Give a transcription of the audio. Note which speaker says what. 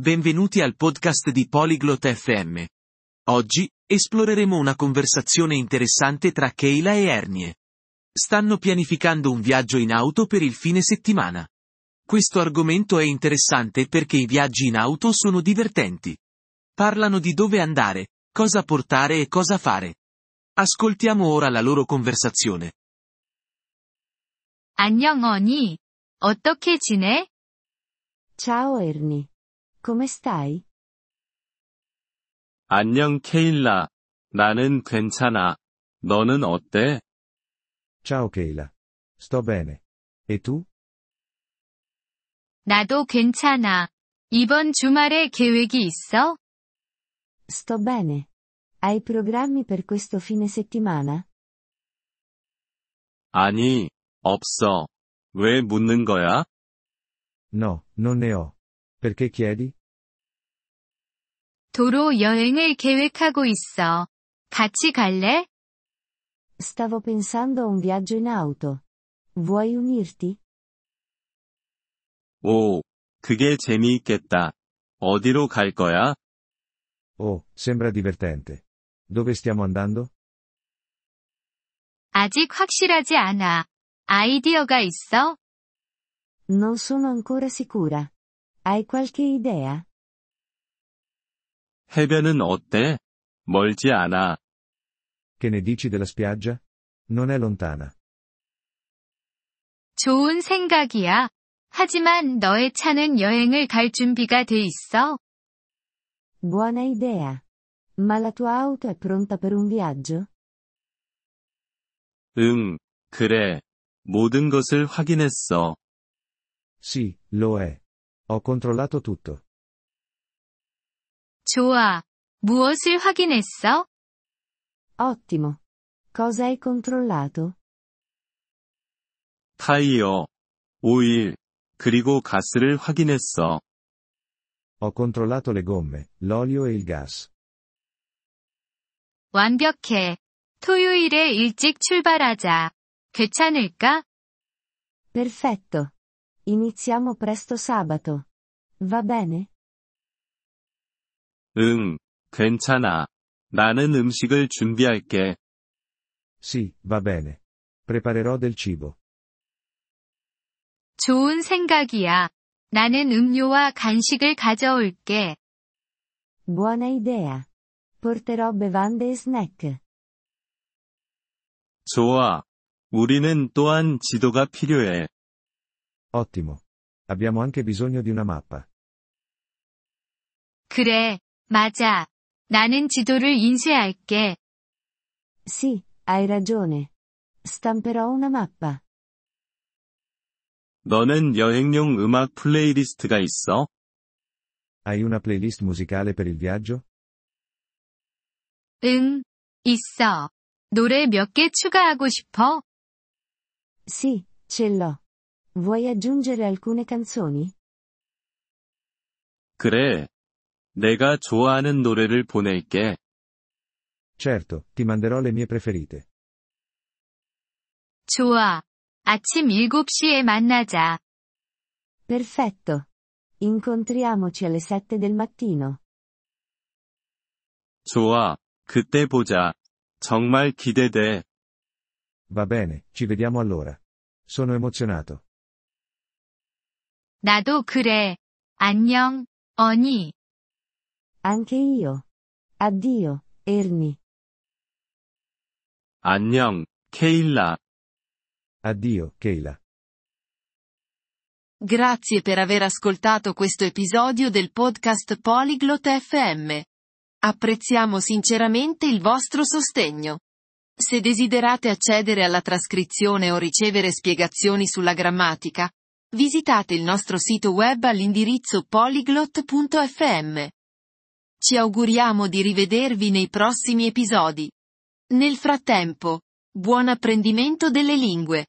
Speaker 1: Benvenuti al podcast di Polyglot FM. Oggi, esploreremo una conversazione interessante tra Keila e Ernie. Stanno pianificando un viaggio in auto per il fine settimana. Questo argomento è interessante perché i viaggi in auto sono divertenti. Parlano di dove andare, cosa portare e cosa fare. Ascoltiamo ora la loro conversazione.
Speaker 2: 안녕, 언니. 어떻게 지내?
Speaker 3: Ciao Ernie. Come stai?
Speaker 4: 안녕 케일라. 나는 괜찮아. 너는 어때?
Speaker 5: Ciao Keila. Sto bene. E tu?
Speaker 2: 나도 괜찮아. 이번 주말에 계획이 있어?
Speaker 3: Sto bene. Hai programmi per questo fine settimana?
Speaker 4: 아니, 없어. 왜 묻는 거야?
Speaker 5: No, non ne ho. Perché chiedi?
Speaker 2: 도로 여행을 계획하고 있어. 같이 갈래?
Speaker 3: Stavo pensando a un viaggio in auto. Vuoi unirti?
Speaker 4: 오, 그게 재미있겠다. 어디로 갈 거야?
Speaker 5: Oh, sembra divertente. Dove stiamo andando?
Speaker 2: 아직 확실하지 않아. 아이디어가 있어?
Speaker 3: Non sono ancora sicura. Hai qualche idea?
Speaker 4: 해변은 어때? 멀지 않아.
Speaker 5: Che ne dici della spiaggia? Non è lontana.
Speaker 2: 좋은 생각이야. 하지만 너의 차는 여행을 갈 준비가 돼 있어?
Speaker 3: Buona idea. Ma la tua auto è pronta per un viaggio?
Speaker 4: 응, 그래. 모든 것을 확인했어.
Speaker 5: Sì, lo è. Ho controllato tutto.
Speaker 2: 좋아. 무엇을 확인했어?
Speaker 3: Ottimo. Cosa hai controllato?
Speaker 4: 타이어, 오일, 그리고 가스를 확인했어.
Speaker 5: Ho controllato le gomme, l'olio e il gas.
Speaker 2: 완벽해. 토요일에 일찍 출발하자. 괜찮을까?
Speaker 3: Perfetto. Iniziamo presto sabato. Va bene?
Speaker 4: 응, 괜찮아. 나는 음식을 준비할게.
Speaker 5: Sì, va bene. Preparerò del cibo.
Speaker 2: 좋은 생각이야. 나는 음료와 간식을 가져올게.
Speaker 3: Buona idea. Porterò bevande e snack.
Speaker 4: 좋아. 우리는 또한 지도가 필요해.
Speaker 5: Ottimo. Abbiamo anche bisogno di una mappa.
Speaker 2: 그래, 맞아. 나는 지도를 인쇄할게.
Speaker 3: Sì, hai ragione. Stamperò una mappa.
Speaker 4: 너는 여행용 음악 플레이리스트가 있어?
Speaker 5: Hai una playlist musicale per il viaggio?
Speaker 2: 응, 있어. 노래 몇 개 추가하고 싶어?
Speaker 3: Sì, ce l'ho. Vuoi aggiungere alcune canzoni?
Speaker 4: 그래. 내가 좋아하는 노래를 보낼게.
Speaker 5: Certo, ti manderò le mie preferite.
Speaker 2: 좋아. 아침 7시에 만나자.
Speaker 3: Perfetto. Incontriamoci alle 7 del mattino.
Speaker 4: 좋아. 그때 보자. 정말 기대돼.
Speaker 5: Va bene, ci vediamo allora. Sono emozionato.
Speaker 2: 나도 그래. 안녕, 언니.
Speaker 3: Anche io. Addio, Ernie.
Speaker 4: 안녕, 케일라.
Speaker 5: Addio, Keila.
Speaker 6: Grazie per aver ascoltato questo episodio del podcast Polyglot FM. Apprezziamo sinceramente il vostro sostegno. Se desiderate accedere alla trascrizione o ricevere spiegazioni sulla grammatica, visitate il nostro sito web all'indirizzo polyglot.fm. Ci auguriamo di rivedervi nei prossimi episodi. Nel frattempo, buon apprendimento delle lingue.